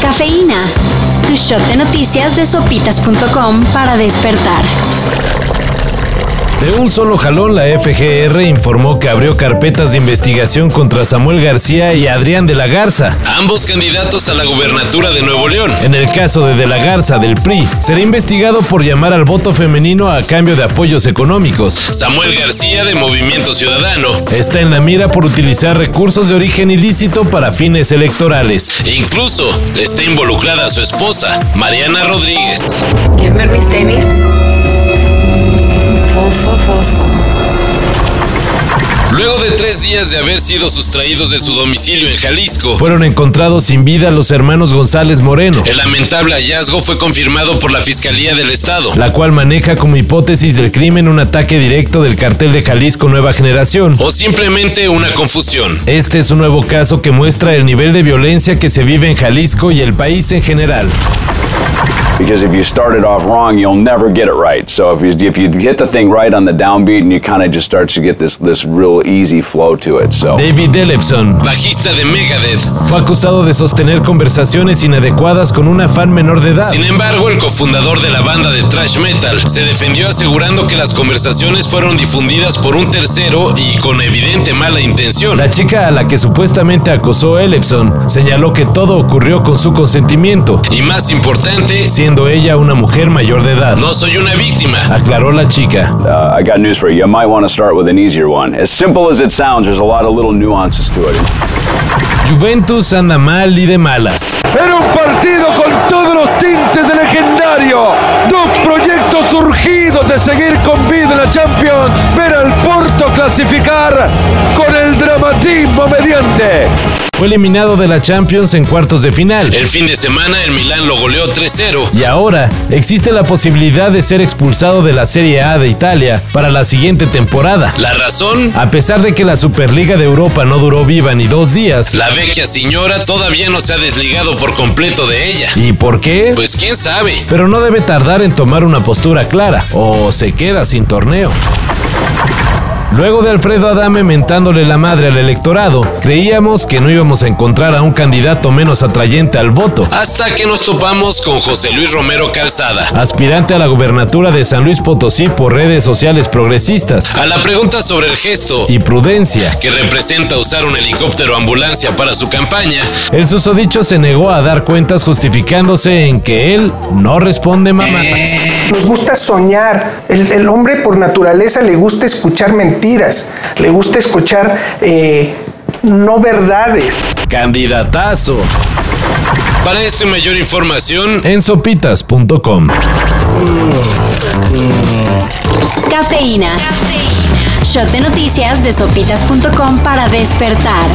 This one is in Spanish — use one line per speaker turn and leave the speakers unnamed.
Cafeína. Tu shot de noticias de sopitas.com para despertar.
De un solo jalón, la FGR informó que abrió carpetas de investigación contra Samuel García y Adrián de la Garza, ambos candidatos a la gubernatura de Nuevo León. En el caso de de la Garza del PRI, será investigado por llamar al voto femenino a cambio de apoyos económicos. Samuel García de Movimiento Ciudadano está en la mira por utilizar recursos de origen ilícito para fines electorales. e Incluso está involucrada su esposa, Mariana Rodríguez.
¿Quieres ver mis tenis? Fosfo, fosfo.
Luego de tres días de haber sido sustraídos de su domicilio en Jalisco, fueron encontrados sin vida los hermanos González Moreno. El lamentable hallazgo fue confirmado por la Fiscalía del Estado, la cual maneja como hipótesis del crimen un ataque directo del cartel de Jalisco Nueva Generación o simplemente una confusión. Este es un nuevo caso que muestra el nivel de violencia que se vive en Jalisco y el país en general.
because if you start it off wrong, you'll never get it right. So if you if you hit the thing right on the downbeat, and you kind of just start to get this this real easy flow to it. So
David Ellefson, bajista de Megadeth, fue acusado de sostener conversaciones inadecuadas con una fan menor de edad. Sin embargo, el cofundador de la banda de thrash metal se defendió asegurando que las conversaciones fueron difundidas por un tercero y con evidente mala intención. La chica a la que supuestamente acosó Ellefson señaló que todo ocurrió con su consentimiento y más importante, siendo ella una mujer mayor de edad. No soy una víctima, aclaró la chica.
uh, I got news for you. You might want to start with an easier one. As simple as it sounds, there's a lot of little nuances to it.
Juventus anda mal y de malas.
Era un partido con todos los tintes de legendario. Dos proyectos surgidos de seguir con vida en la Champions. Ver al Porto clasificar con el dramatismo mediante.
Fue eliminado de la Champions en cuartos de final. El fin de semana el Milán lo goleó 3-0. Y ahora existe la posibilidad de ser expulsado de la Serie A de Italia para la siguiente temporada. ¿La razón? A pesar de que la Superliga de Europa no duró viva ni dos días, la vecchia señora todavía no se ha desligado por completo de ella. ¿Y por qué? Pues quién sabe. Pero no debe tardar en tomar una postura clara, o se queda sin torneo. Luego de Alfredo Adame mentándole la madre al electorado, creíamos que no íbamos a encontrar a un candidato menos atrayente al voto. Hasta que nos topamos con José Luis Romero Calzada, aspirante a la gubernatura de San Luis Potosí por redes sociales progresistas. A la pregunta sobre el gesto y prudencia que representa usar un helicóptero ambulancia para su campaña, el susodicho se negó a dar cuentas justificándose en que él no responde mamadas.
Nos gusta soñar. El, el hombre por naturaleza le gusta escuchar mentiras, le gusta escuchar eh, no verdades.
Candidatazo. Para esta mayor información en sopitas.com.
Cafeína. Shot de noticias de sopitas.com para despertar.